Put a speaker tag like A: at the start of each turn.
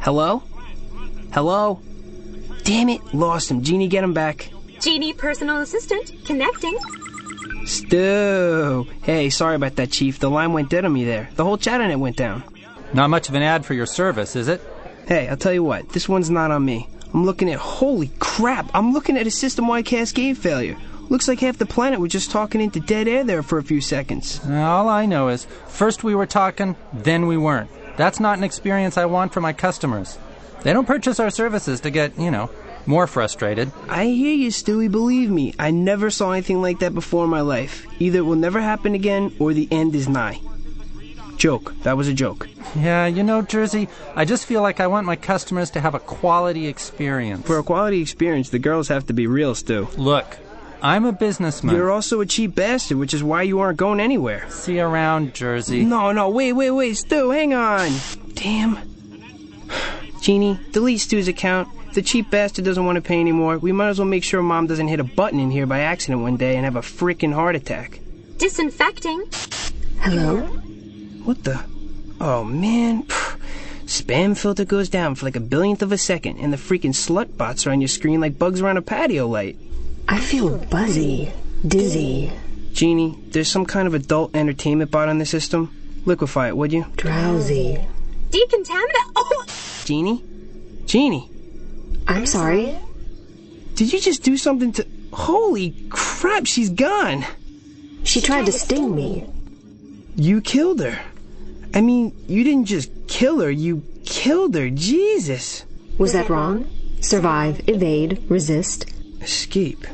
A: Hello? Hello? Damn it, lost him. Genie, get him back.
B: Genie personal assistant connecting.
A: Stu! Hey, sorry about that, Chief. The line went dead on me there. The whole chat on it went down.
C: Not much of an ad for your service, is it?
A: Hey, I'll tell you what, this one's not on me. I'm looking at. Holy crap! I'm looking at a system wide cascade failure. Looks like half the planet was just talking into dead air there for a few seconds.
C: All I know is first we were talking, then we weren't. That's not an experience I want for my customers. They don't purchase our services to get, you know, more frustrated.
A: I hear you, Stewie, believe me. I never saw anything like that before in my life. Either it will never happen again or the end is nigh. Joke. That was a joke.
C: Yeah, you know, Jersey, I just feel like I want my customers to have a quality experience.
A: For a quality experience, the girls have to be real, Stu.
C: Look, I'm a businessman.
A: You're also a cheap bastard, which is why you aren't going anywhere.
C: See you around, Jersey.
A: No, no, wait, wait, wait, Stu, hang on. Damn. Genie, delete Stu's account. If the cheap bastard doesn't want to pay anymore, we might as well make sure Mom doesn't hit a button in here by accident one day and have a freaking heart attack.
B: Disinfecting.
D: Hello?
A: What the? Oh, man. Spam filter goes down for like a billionth of a second, and the freaking slut bots are on your screen like bugs around a patio light.
D: I feel buzzy, dizzy,
A: Genie, there's some kind of adult entertainment bot on the system. Liquefy it, would you?
D: drowsy.
B: Decontaminate. Oh!
A: Genie? Genie,
D: I'm sorry.
A: did you just do something to. Holy crap, she's gone!
D: She tried to sting me.
A: You killed her. I mean, you didn't just kill her, you killed her. Jesus!
D: Was that wrong? Survive, evade, resist.
A: Escape.